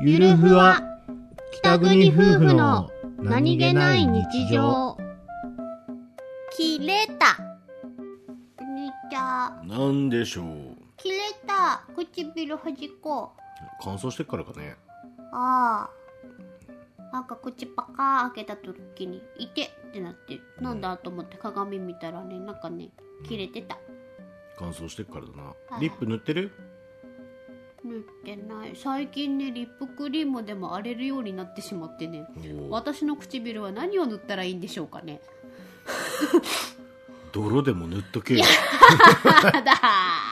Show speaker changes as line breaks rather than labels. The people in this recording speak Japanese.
ゆるふわ北国夫婦の
切れた抜いた
なんでしょう
切れた唇端っこ
乾燥してっからかね
ああなんか口パカー開けた時に「いて!」ってなってなんだと思って鏡見たらねなんかね切れてた
乾燥してっからだな
あ
リップ塗ってる
塗ってない最近ねリップクリームでも荒れるようになってしまってね
お
私の唇は何を塗ったらいいんでしょうかね
泥でも塗っとけよ
だー